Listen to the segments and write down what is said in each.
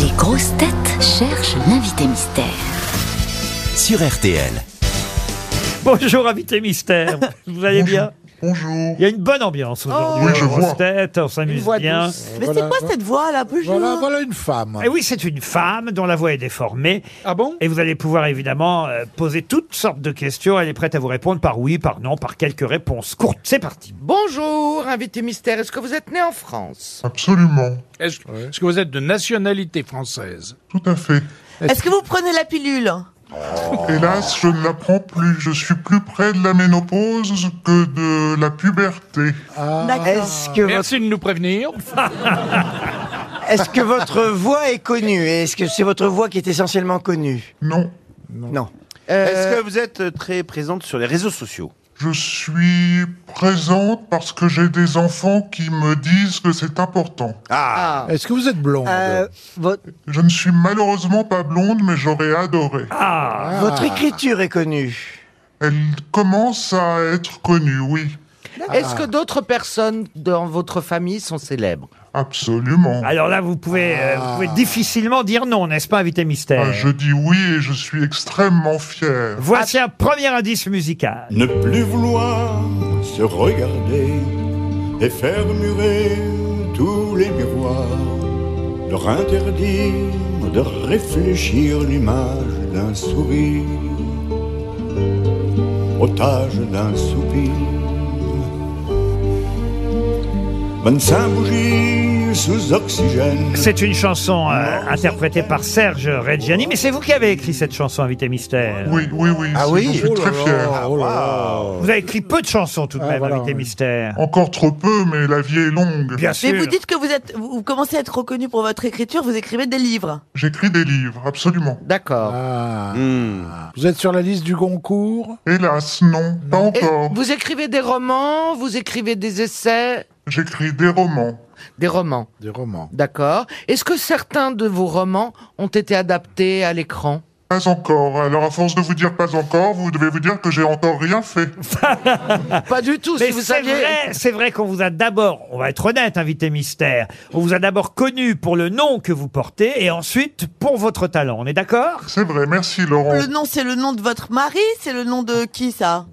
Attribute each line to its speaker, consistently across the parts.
Speaker 1: Les grosses têtes cherchent l'invité mystère.
Speaker 2: sur RTL.
Speaker 3: Bonjour, invité mystère. Vous allez bien
Speaker 4: Bonjour. Oh.
Speaker 3: Il y a une bonne ambiance aujourd'hui.
Speaker 4: Oui, je
Speaker 3: Grosse
Speaker 4: vois.
Speaker 3: tête, on s'amuse bien.
Speaker 5: Mais c'est quoi cette voix là Bonjour.
Speaker 6: Voilà, voilà une femme.
Speaker 3: Et oui, c'est une femme dont la voix est déformée.
Speaker 4: Ah bon
Speaker 3: Et vous allez pouvoir évidemment euh, poser toutes sortes de questions. Elle est prête à vous répondre par oui, par non, par quelques réponses courtes. C'est parti.
Speaker 7: Bonjour, invité mystère, est-ce que vous êtes né en France
Speaker 4: Absolument.
Speaker 8: Est-ce est-ce que vous êtes de nationalité française
Speaker 4: Tout à fait.
Speaker 5: Est-ce que vous prenez la pilule
Speaker 4: Hélas, je ne la prends plus. Je suis plus près de la ménopause que de la puberté.
Speaker 5: D'accord.
Speaker 9: Est-ce
Speaker 6: Euh,
Speaker 9: que, votre,
Speaker 8: Merci de nous prévenir.
Speaker 9: est-ce que votre voix est connue Et Est-ce que c'est votre voix qui est essentiellement connue
Speaker 4: Non.
Speaker 9: Non.
Speaker 7: Euh,
Speaker 2: que vous êtes très présente sur les réseaux sociaux
Speaker 4: Je suis présente parce que j'ai des enfants qui me disent que c'est important.
Speaker 7: ah,
Speaker 6: Est-ce que vous êtes blonde
Speaker 9: Euh, vo-
Speaker 4: Je ne suis malheureusement pas blonde, mais j'aurais adoré.
Speaker 3: Ah,
Speaker 9: Votre écriture est connue
Speaker 4: Elle commence à être connue, oui.
Speaker 7: Est-ce que d'autres personnes dans votre famille sont célèbres
Speaker 4: Absolument.
Speaker 3: alors là, vous pouvez, euh, vous pouvez difficilement dire non, n'est-ce pas, invité mystère
Speaker 4: Ah, je dis oui et je suis extrêmement fier.
Speaker 3: Voici un premier indice musical.
Speaker 10: Ne plus vouloir se regarder et faire murer tous les miroirs, leur interdire de réfléchir l'image d'un sourire, otage d'un soupir. 25 bougies sous oxygène.
Speaker 3: C'est une chanson euh, interprétée par Serge Reggiani, mais c'est vous qui avez écrit cette chanson, invité mystère.
Speaker 4: Oui, oui, oui.
Speaker 7: Ah
Speaker 9: Ah
Speaker 4: c'est-
Speaker 6: oui
Speaker 4: J'en
Speaker 9: Oh
Speaker 4: suis très
Speaker 7: Oh
Speaker 4: fier.
Speaker 3: Vous avez écrit peu de chansons tout de
Speaker 6: Ah,
Speaker 3: même,
Speaker 6: voilà,
Speaker 3: invité
Speaker 6: oui.
Speaker 3: mystère.
Speaker 4: Encore trop peu, mais la vie est longue.
Speaker 3: Bien
Speaker 5: Mais
Speaker 3: sûr.
Speaker 5: vous dites que vous êtes, vous vous commencez à être reconnu pour votre écriture. Vous écrivez des livres.
Speaker 4: J'écris des livres, absolument.
Speaker 7: D'accord.
Speaker 6: Ah. Vous êtes sur la liste du Goncourt
Speaker 4: Hélas, non, pas
Speaker 7: Et
Speaker 4: encore.
Speaker 7: Vous écrivez des romans, vous écrivez des essais,
Speaker 4: J'écris des romans.
Speaker 7: des romans,
Speaker 6: Des romans.
Speaker 7: d'accord. Est-ce que certains de vos romans ont été adaptés à l'écran
Speaker 4: Pas encore. Alors, à force de vous dire pas encore, vous devez vous dire que j'ai encore rien fait.
Speaker 7: Pas du tout,
Speaker 3: Mais
Speaker 7: si vous
Speaker 3: c'est
Speaker 7: saviez.
Speaker 3: vrai, c'est vrai qu'on vous a d'abord, on va être honnête, invité mystère, on vous a d'abord connu pour le nom que vous portez et ensuite pour votre talent. On est d'accord
Speaker 4: C'est vrai, merci Laurent.
Speaker 5: Le nom, c'est le nom de votre mari. C'est le nom de qui ça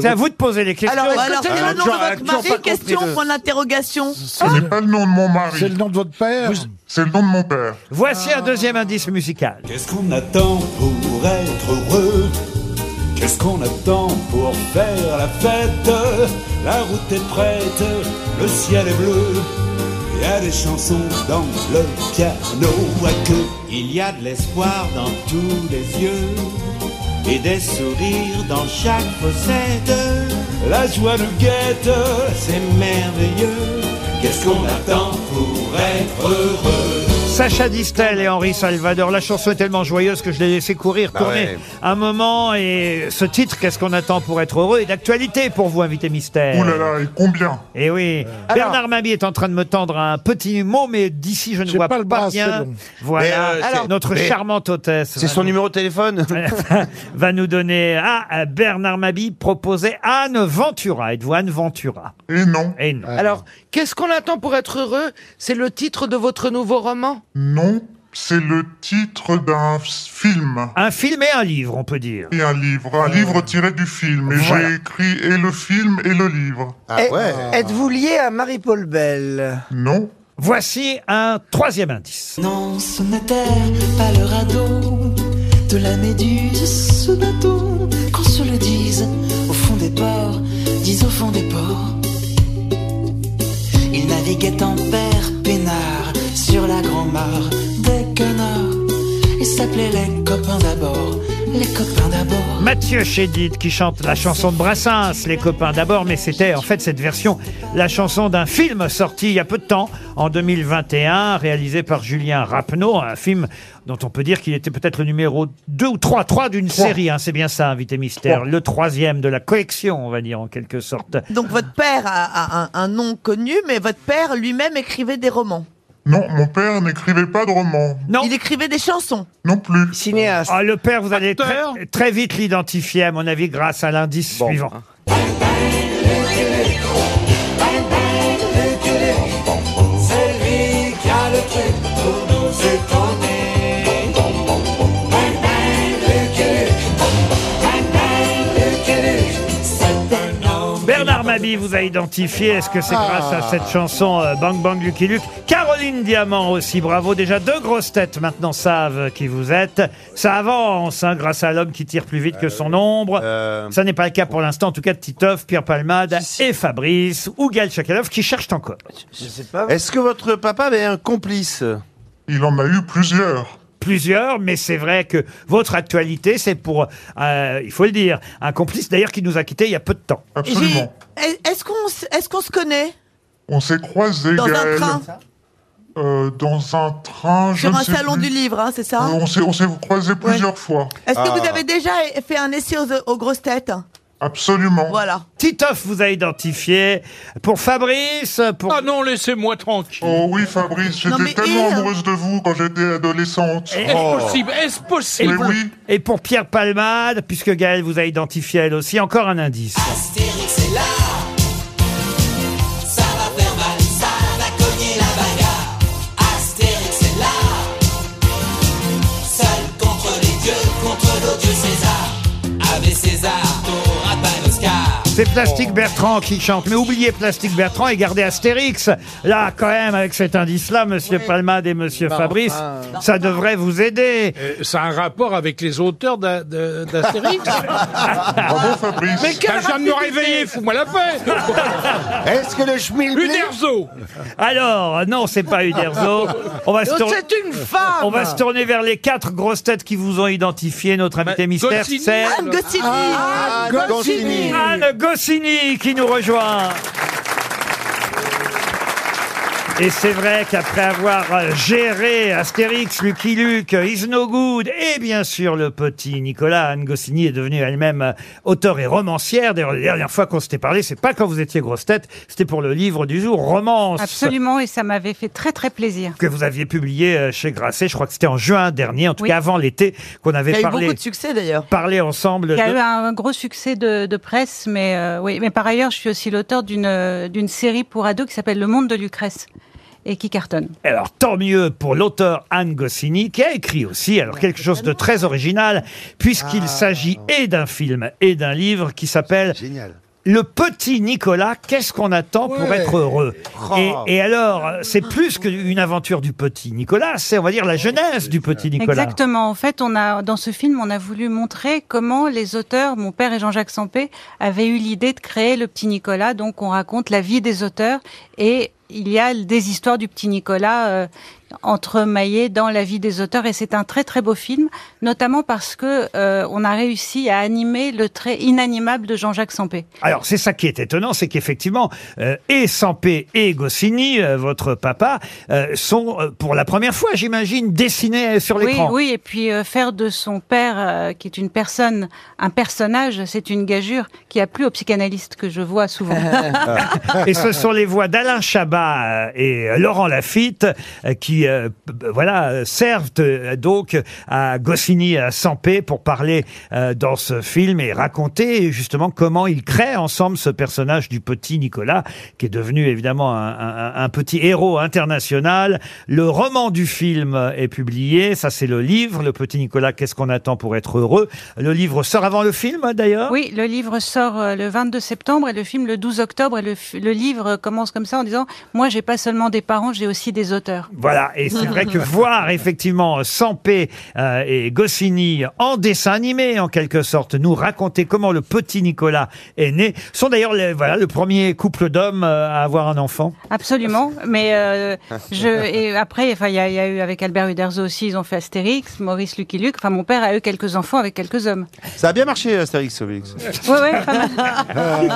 Speaker 3: C'est à vous de poser les questions.
Speaker 5: Alors, alors, c'est
Speaker 7: elle a
Speaker 5: le nom
Speaker 7: toujours- elle a
Speaker 5: de votre
Speaker 7: toujours pas
Speaker 5: mari Question point d'interrogation.
Speaker 4: Ce n'est pas le nom de mon
Speaker 6: C'est le
Speaker 4: mari,
Speaker 6: nom de votre père
Speaker 4: c'est le nom de mon père.
Speaker 3: Voici un deuxième indice musical.
Speaker 10: Qu'est-ce qu'on attend pour être heureux Qu'est-ce qu'on attend pour faire la fête La route est prête, le ciel est bleu. Il y a des chansons dans le piano à queue. Il y a de l'espoir dans tous les yeux et des sourires dans chaque fossette. La joie nous guette, c'est merveilleux. Qu'est-ce qu'on attend pour être heureux
Speaker 3: Sacha Distel et Henri Salvador. La chanson est tellement joyeuse que je l'ai laissé courir, tourner
Speaker 2: ouais.
Speaker 3: un moment. Et ce titre, qu'est-ce qu'on attend pour être heureux, est d'actualité pour vous, invité mystère.
Speaker 4: Ouh là là, et combien
Speaker 3: Eh oui.
Speaker 6: Euh.
Speaker 3: Bernard Mabi est en train de me tendre un petit mot, mais d'ici, je ne
Speaker 6: J'ai
Speaker 3: vois
Speaker 6: pas
Speaker 3: pas,
Speaker 6: le bras,
Speaker 3: bien.
Speaker 6: c'est bon.
Speaker 3: Voilà.
Speaker 2: Mais, euh,
Speaker 3: Alors,
Speaker 2: c'est-
Speaker 3: notre
Speaker 2: mais- hum-
Speaker 3: charmante hôtesse. va nous-
Speaker 2: numéro de téléphone
Speaker 3: va nous donner. Ah, euh, Bernard Mabi proposait Anne Ventura. Êtes-vous Anne Ventura
Speaker 4: Et non,
Speaker 3: Eh non.
Speaker 7: Alors, qu'est-ce qu'on attend pour être heureux C'est le titre de votre nouveau roman
Speaker 4: non, c'est le titre d'un film.
Speaker 3: Un film et un livre, on peut dire.
Speaker 4: Et un livre, un livre tiré du film. Et
Speaker 3: Voilà.
Speaker 4: j'ai écrit et le film et le livre.
Speaker 9: Et- Êtes-vous lié à Marie-Paul Bell
Speaker 4: Non,
Speaker 3: Voici un troisième indice.
Speaker 11: Non, ce n'était pas le radeau de la méduse, ce bateau, qu'on se le dise, au fond des ports, disent au fond des ports. Il naviguait en père peinard sur la grand-mare des canards. Il s'appelait les copains d'abord, les copains d'abord.
Speaker 3: Mathieu Chédid qui chante la chanson de Brassens, Les copains d'abord, mais c'était en fait cette version, la chanson d'un film sorti il y a peu de temps, en 2021, réalisé par Julien Rapneau, un film dont on peut dire qu'il était peut-être le numéro 2 ou 3, 3 d'une série, hein, c'est bien ça, invité mystère, le troisième de la collection, on va dire en quelque sorte.
Speaker 5: Donc votre père a, a un, un nom connu, mais votre père lui-même écrivait des romans.
Speaker 4: non, mon père n'écrivait pas de romans.
Speaker 3: Non.
Speaker 5: Il écrivait des chansons.
Speaker 4: Non plus.
Speaker 9: Cinéaste.
Speaker 3: Ah, le père, vous allez très,
Speaker 8: Acteur
Speaker 3: très vite l'identifier, à mon avis, grâce à l'indice suivant.
Speaker 10: C'est lui qui a le truc pour nous, c'est ton
Speaker 3: Camille vous a identifié. Est-ce que c'est
Speaker 12: Ah.
Speaker 3: grâce à cette chanson euh, Bang Bang Lucky Luke Caroline Diamant aussi, bravo. Déjà deux grosses têtes maintenant savent qui vous êtes. Ça avance hein, grâce à l'homme qui tire plus vite que son ombre. Ça n'est pas le cas pour l'instant, en tout cas de Titoff, Pierre Palmade et Fabrice ou Gaël Chakalov qui cherchent encore.
Speaker 2: Est-ce que votre papa avait un complice
Speaker 4: Il en a eu plusieurs.
Speaker 3: Plusieurs, mais c'est vrai que votre actualité, c'est pour, euh, il faut le dire, un complice d'ailleurs qui nous a quittés il y a peu de temps.
Speaker 4: Absolument.
Speaker 5: Est- Est-ce qu'on s- est-ce qu'on se connaît
Speaker 4: On s'est croisés,
Speaker 5: Dans un
Speaker 4: Gaël,
Speaker 5: train.
Speaker 4: euh, dans un train, je
Speaker 5: sur
Speaker 4: ne
Speaker 5: un
Speaker 4: sais
Speaker 5: salon
Speaker 4: plus.
Speaker 5: du livre, hein, c'est ça
Speaker 4: Euh, On s'est, on s'est croisés plusieurs fois.
Speaker 5: Est-ce que vous avez déjà fait un essai aux, aux grosses têtes
Speaker 4: Absolument.
Speaker 5: Voilà.
Speaker 3: Titoff vous a identifié. Pour Fabrice, pour...
Speaker 8: Ah non, laissez-moi tranquille.
Speaker 4: Oh oui, Fabrice,
Speaker 8: Non,
Speaker 4: j'étais
Speaker 8: mais
Speaker 4: tellement
Speaker 5: euh,
Speaker 8: il-
Speaker 4: amoureuse de vous quand j'étais adolescente.
Speaker 3: Est-ce Oh. possible
Speaker 8: Est-ce possible
Speaker 3: et, pour, et pour Pierre Palmade, puisque Gaël vous a identifié elle aussi, encore un indice.
Speaker 11: Astérix est là. Ça va faire mal, ça va cogner la bagarre. Astérix est là. Seul contre les dieux, contre l'odieux César. Avec César, t'auras pas l'Oscar.
Speaker 3: C'est Plastique Bertrand qui chante. Mais oubliez Plastique Bertrand et gardez Astérix. Là, quand même, avec cet indice-là, Monsieur Palmade et Monsieur
Speaker 8: Bah,
Speaker 3: Fabrice,
Speaker 8: enfin.
Speaker 3: ça devrait vous aider.
Speaker 8: Euh, ça a un rapport avec les auteurs d'A- de- d'Astérix Bravo
Speaker 4: Fabrice
Speaker 8: Mais quel Je viens de me réveiller, fous-moi la paix
Speaker 3: Est-ce que le schmilblick...
Speaker 8: Uderzo
Speaker 3: Alors, non, c'est pas Uderzo. On va se
Speaker 7: Donc
Speaker 3: tourner...
Speaker 7: c'est une femme Bah,
Speaker 3: On va se tourner vers les quatre grosses têtes qui vous ont identifié. Notre invité mystère,
Speaker 7: Goscinny.
Speaker 3: c'est...
Speaker 5: Ah,
Speaker 7: Anne Goscinny. Ah,
Speaker 3: Anne Goscinny. Anne Goscinny qui nous rejoint et c'est vrai qu'après avoir euh, géré Astérix, Lucky Luke, euh, Is No Good et bien sûr le petit Nicolas, Anne Goscinny est devenue elle-même euh, auteure et romancière. D'ailleurs, la dernière fois qu'on s'était parlé, c'est pas quand vous étiez grosse tête, c'était pour le livre du jour, Romance.
Speaker 13: Absolument, et ça m'avait fait très très plaisir.
Speaker 3: Que vous aviez publié euh, chez Grasset, je crois que c'était en juin dernier, en tout cas avant l'été, qu'on avait
Speaker 13: Il y a eu
Speaker 3: parlé.
Speaker 13: beaucoup de
Speaker 5: succès d'ailleurs.
Speaker 3: Parlé ensemble.
Speaker 13: Il y a
Speaker 3: de-
Speaker 13: eu un, un gros succès de, de presse, mais euh, oui. Mais par ailleurs, je suis aussi l'auteur d'une euh, d'une série pour ados qui s'appelle Le Monde de Lucrèce et qui cartonne.
Speaker 3: Alors tant mieux pour l'auteur Anne Goscinny qui a écrit aussi alors quelque chose de très original
Speaker 12: Ah.
Speaker 3: puisqu'il s'agit et d'un film et d'un livre qui s'appelle Le petit Nicolas, qu'est-ce qu'on attend pour
Speaker 12: Ouais.
Speaker 3: être heureux
Speaker 12: Oh.
Speaker 3: et, et alors, c'est plus qu'une aventure du petit Nicolas, c'est on va dire la jeunesse du petit Nicolas.
Speaker 13: Exactement. En fait, on a dans ce film, on a voulu montrer comment les auteurs, mon père et Jean-Jacques Sampé, avaient eu l'idée de créer le petit Nicolas. Donc, on raconte la vie des auteurs et il y a des histoires du petit Nicolas euh, entremaillées dans la vie des auteurs. Et c'est un très très beau film, notamment parce que euh, on a réussi à animer le trait inanimable de Jean-Jacques Sampé.
Speaker 3: Alors, c'est ça qui est étonnant, c'est qu'effectivement, euh, et Sampé et Goscinny, euh, votre papa, euh, sont euh, pour la première fois, j'imagine, dessinés euh, sur
Speaker 13: Oui,
Speaker 3: l'écran.
Speaker 13: oui, et puis euh, faire de son père, euh, qui est une personne, un personnage, c'est une gageure qui a plu aux psychanalystes que je vois souvent.
Speaker 3: et ce sont les voix d'Alain Chabat euh, et euh, Laurent Lafitte euh, qui euh, p- p- voilà euh, servent euh, donc à Goscinny et à Sampé pour parler euh, dans ce film et raconter justement comment ils créent ensemble ce personnage du petit Nicolas qui est devenu évidemment un, un- un petit héros international. Le roman du film est publié, ça c'est le livre, le petit Nicolas, qu'est-ce qu'on attend pour être heureux. Le livre sort avant le film d'ailleurs.
Speaker 13: Oui, le livre sort euh, le 22 septembre et le film le 12 octobre. Et le, f- le livre commence comme ça en disant Moi, j'ai pas seulement des parents, j'ai aussi des auteurs.
Speaker 3: Voilà, et c'est vrai que voir effectivement Sampé euh, et Goscinny en dessin animé, en quelque sorte, nous raconter comment le petit Nicolas est né, sont d'ailleurs les- voilà, le premier couple d'hommes euh, à avoir un enfant.
Speaker 13: Absolument, mais euh, je et après, enfin, il y, a- il y a eu avec Albert Uderzo aussi, ils ont fait Astérix, Maurice Lucky Luke. Enfin, mon père a eu quelques enfants avec quelques hommes.
Speaker 2: Ça a bien marché, Astérix Obélix.
Speaker 13: Ouais, ouais, pas mal.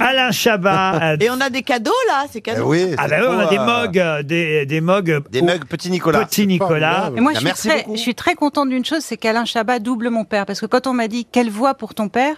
Speaker 3: Alain Chabat. euh,
Speaker 5: Et on a des cadeaux là, c'est
Speaker 7: Eh
Speaker 5: cadeaux.
Speaker 3: ah bah oui, on a des mugs, euh, des, des mugs. Des mugs
Speaker 2: Petit Nicolas.
Speaker 3: Petit Nicolas.
Speaker 13: Et moi, je suis, très, je suis très contente d'une chose, c'est qu'Alain Chabat double mon père. Parce que quand on m'a dit quelle voix pour ton père,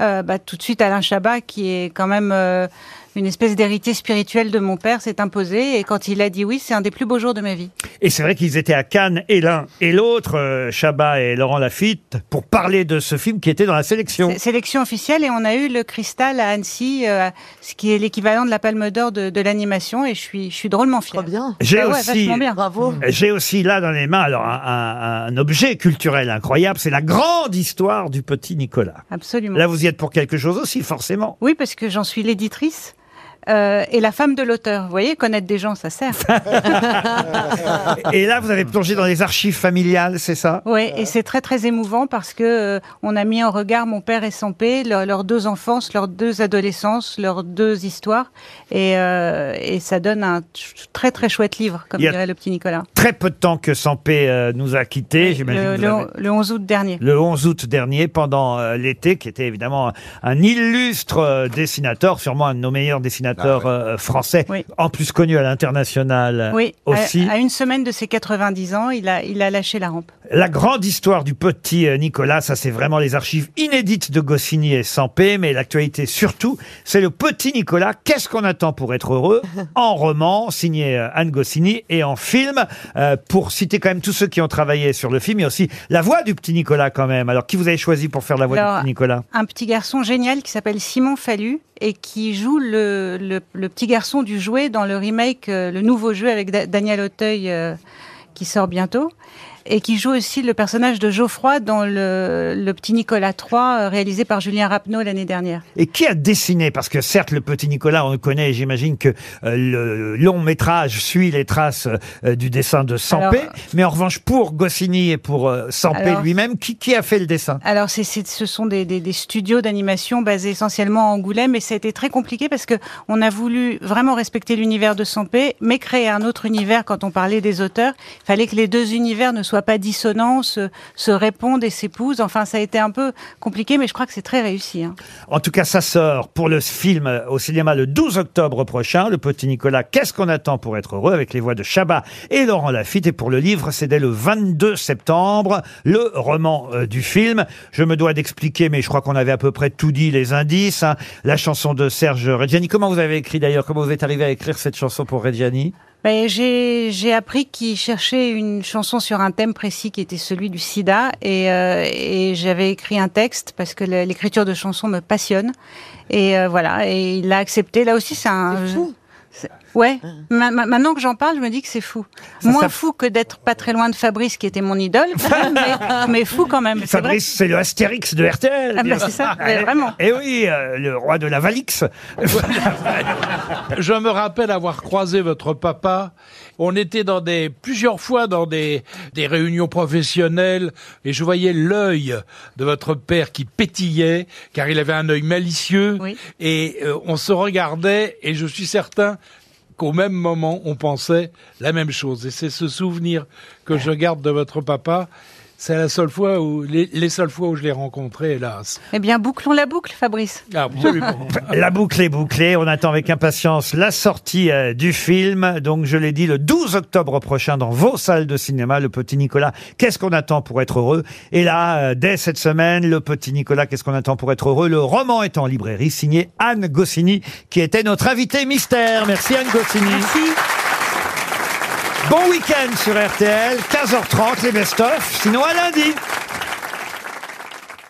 Speaker 13: euh, bah, tout de suite Alain Chabat, qui est quand même euh, une espèce d'héritier spirituel de mon père s'est imposé. Et quand il a dit oui, c'est un des plus beaux jours de ma vie.
Speaker 3: Et c'est vrai qu'ils étaient à Cannes, et l'un et l'autre, euh, Chabat et Laurent Lafitte, pour parler de ce film qui était dans la sélection.
Speaker 13: C'est- Sélection officielle et on a eu le cristal à Annecy, euh, ce qui est l'équivalent de la Palme d'Or de, de l'animation et je suis, je suis drôlement fière. bien.
Speaker 3: J'ai aussi,
Speaker 13: bien.
Speaker 5: Bravo.
Speaker 3: j'ai aussi là dans les mains alors un, un- un objet culturel incroyable, c'est la grande histoire du petit Nicolas.
Speaker 13: Absolument.
Speaker 3: Là, vous y êtes pour quelque chose aussi, forcément.
Speaker 13: Oui, parce que j'en suis l'éditrice. euh, et la femme de l'auteur. Vous voyez, connaître des gens, ça sert.
Speaker 3: Et là, vous avez plongé dans les archives familiales, c'est ça
Speaker 13: Oui, et c'est très très émouvant parce que euh, on a mis en regard mon père et son père, leur- leurs deux enfances, leurs deux adolescences, leurs deux histoires, et, euh, et ça donne un ch- très très chouette livre, comme
Speaker 3: Il y a-
Speaker 13: dirait le petit Nicolas.
Speaker 3: Très peu de temps que Sampé euh, nous a quittés, j'imagine.
Speaker 13: Le,
Speaker 3: que vous
Speaker 13: le-
Speaker 3: avez-
Speaker 13: le 11 août dernier.
Speaker 3: le 11 août dernier, pendant euh, l'été, qui était évidemment un, un illustre euh, dessinateur, sûrement un de nos meilleurs dessinateurs euh, français, en plus connu à l'international euh,
Speaker 13: Oui, à-
Speaker 3: aussi.
Speaker 13: À, une semaine de ses 90 ans, il a, il a lâché la rampe.
Speaker 3: La grande histoire du petit euh, Nicolas, ça c'est vraiment les archives inédites de Goscinny et Sampé, mais l'actualité surtout, c'est le petit Nicolas. Qu'est-ce qu'on attend pour être heureux En roman, signé euh, Anne Goscinny, et en film, euh, pour citer quand même tous ceux qui ont travaillé sur le film, il y a aussi la voix du petit Nicolas quand même. Alors qui vous avez choisi pour faire la voix
Speaker 13: Alors,
Speaker 3: du petit Nicolas
Speaker 13: Un petit garçon génial qui s'appelle Simon Fallu et qui joue le, le- le petit garçon du jouet dans le remake, euh, le nouveau jeu avec Da- Daniel Auteuil euh, qui sort bientôt. Et qui joue aussi le personnage de Geoffroy dans le, le petit Nicolas III euh, réalisé par Julien Rapneau l'année dernière.
Speaker 3: Et qui a dessiné Parce que certes, le petit Nicolas, on le connaît, et j'imagine que euh, le long métrage suit les traces euh, du dessin de Sampé.
Speaker 13: Alors-
Speaker 3: mais en revanche, pour Goscinny et pour euh, Sampé
Speaker 13: Alors-
Speaker 3: lui-même, qui, qui a fait le dessin
Speaker 13: Alors, c'est, c'est- ce sont des, des- des studios d'animation basés essentiellement à Angoulême, et ça a été très compliqué parce que on a voulu vraiment respecter l'univers de Sampé, mais créer un autre univers quand on parlait des auteurs. Il fallait que les deux univers ne soient pas dissonants, se, se répondent et s'épousent. Enfin, ça a été un peu compliqué, mais je crois que c'est très réussi. hein.
Speaker 3: En tout cas, ça sort pour le film euh, au cinéma le 12 octobre prochain. Le petit Nicolas, qu'est-ce qu'on attend pour être heureux avec les voix de Chabat et Laurent Lafitte. Et pour le livre, c'est dès le 22 septembre, le roman euh, du film. Je me dois d'expliquer, mais je crois qu'on avait à peu près tout dit, les indices. hein. La chanson de Serge Reggiani. Comment vous avez écrit d'ailleurs Comment vous êtes arrivé à écrire cette chanson pour Reggiani
Speaker 13: Ben, j'ai, j'ai appris qu'il cherchait une chanson sur un thème précis qui était celui du sida et, euh, et j'avais écrit un texte parce que le- l'écriture de chansons me passionne et euh, voilà et il l'a accepté. Là aussi c'est un... c'est- Ouais, Ma- ma- maintenant que j'en parle, je me dis que c'est fou. Moins fou que d'être pas très loin de Fabrice qui était mon idole, mais, mais fou quand même. c'est vrai.
Speaker 3: Fabrice, c'est le Astérix de RTL.
Speaker 13: Ah ben, c'est ça, mais vraiment.
Speaker 3: Et oui, euh, le roi de la Valix.
Speaker 8: Je me rappelle avoir croisé votre papa. On était dans des plusieurs fois dans des des réunions professionnelles et je voyais l'œil de votre père qui pétillait car il avait un œil malicieux et euh, on se regardait et je suis certain qu'au même moment on pensait la même chose et c'est ce souvenir que je garde de votre papa. C'est la seule fois où les, les seules fois où je l'ai rencontré hélas. Ah,
Speaker 13: Eh bien, bouclons la boucle, Fabrice.
Speaker 8: Absolument.
Speaker 3: La boucle est bouclée. On attend avec impatience la sortie euh, du film. Donc, je l'ai dit, le 12 octobre prochain dans vos salles de cinéma, le petit Nicolas. Qu'est-ce qu'on attend pour être heureux Et là, euh, dès cette semaine, le petit Nicolas, qu'est-ce qu'on attend pour être heureux Le roman est en librairie, signé Anne Goscinny, qui était notre invitée mystère. Merci Anne Goscinny. Bon week-end sur RTL, 15h30, les best-of. Sinon, à lundi.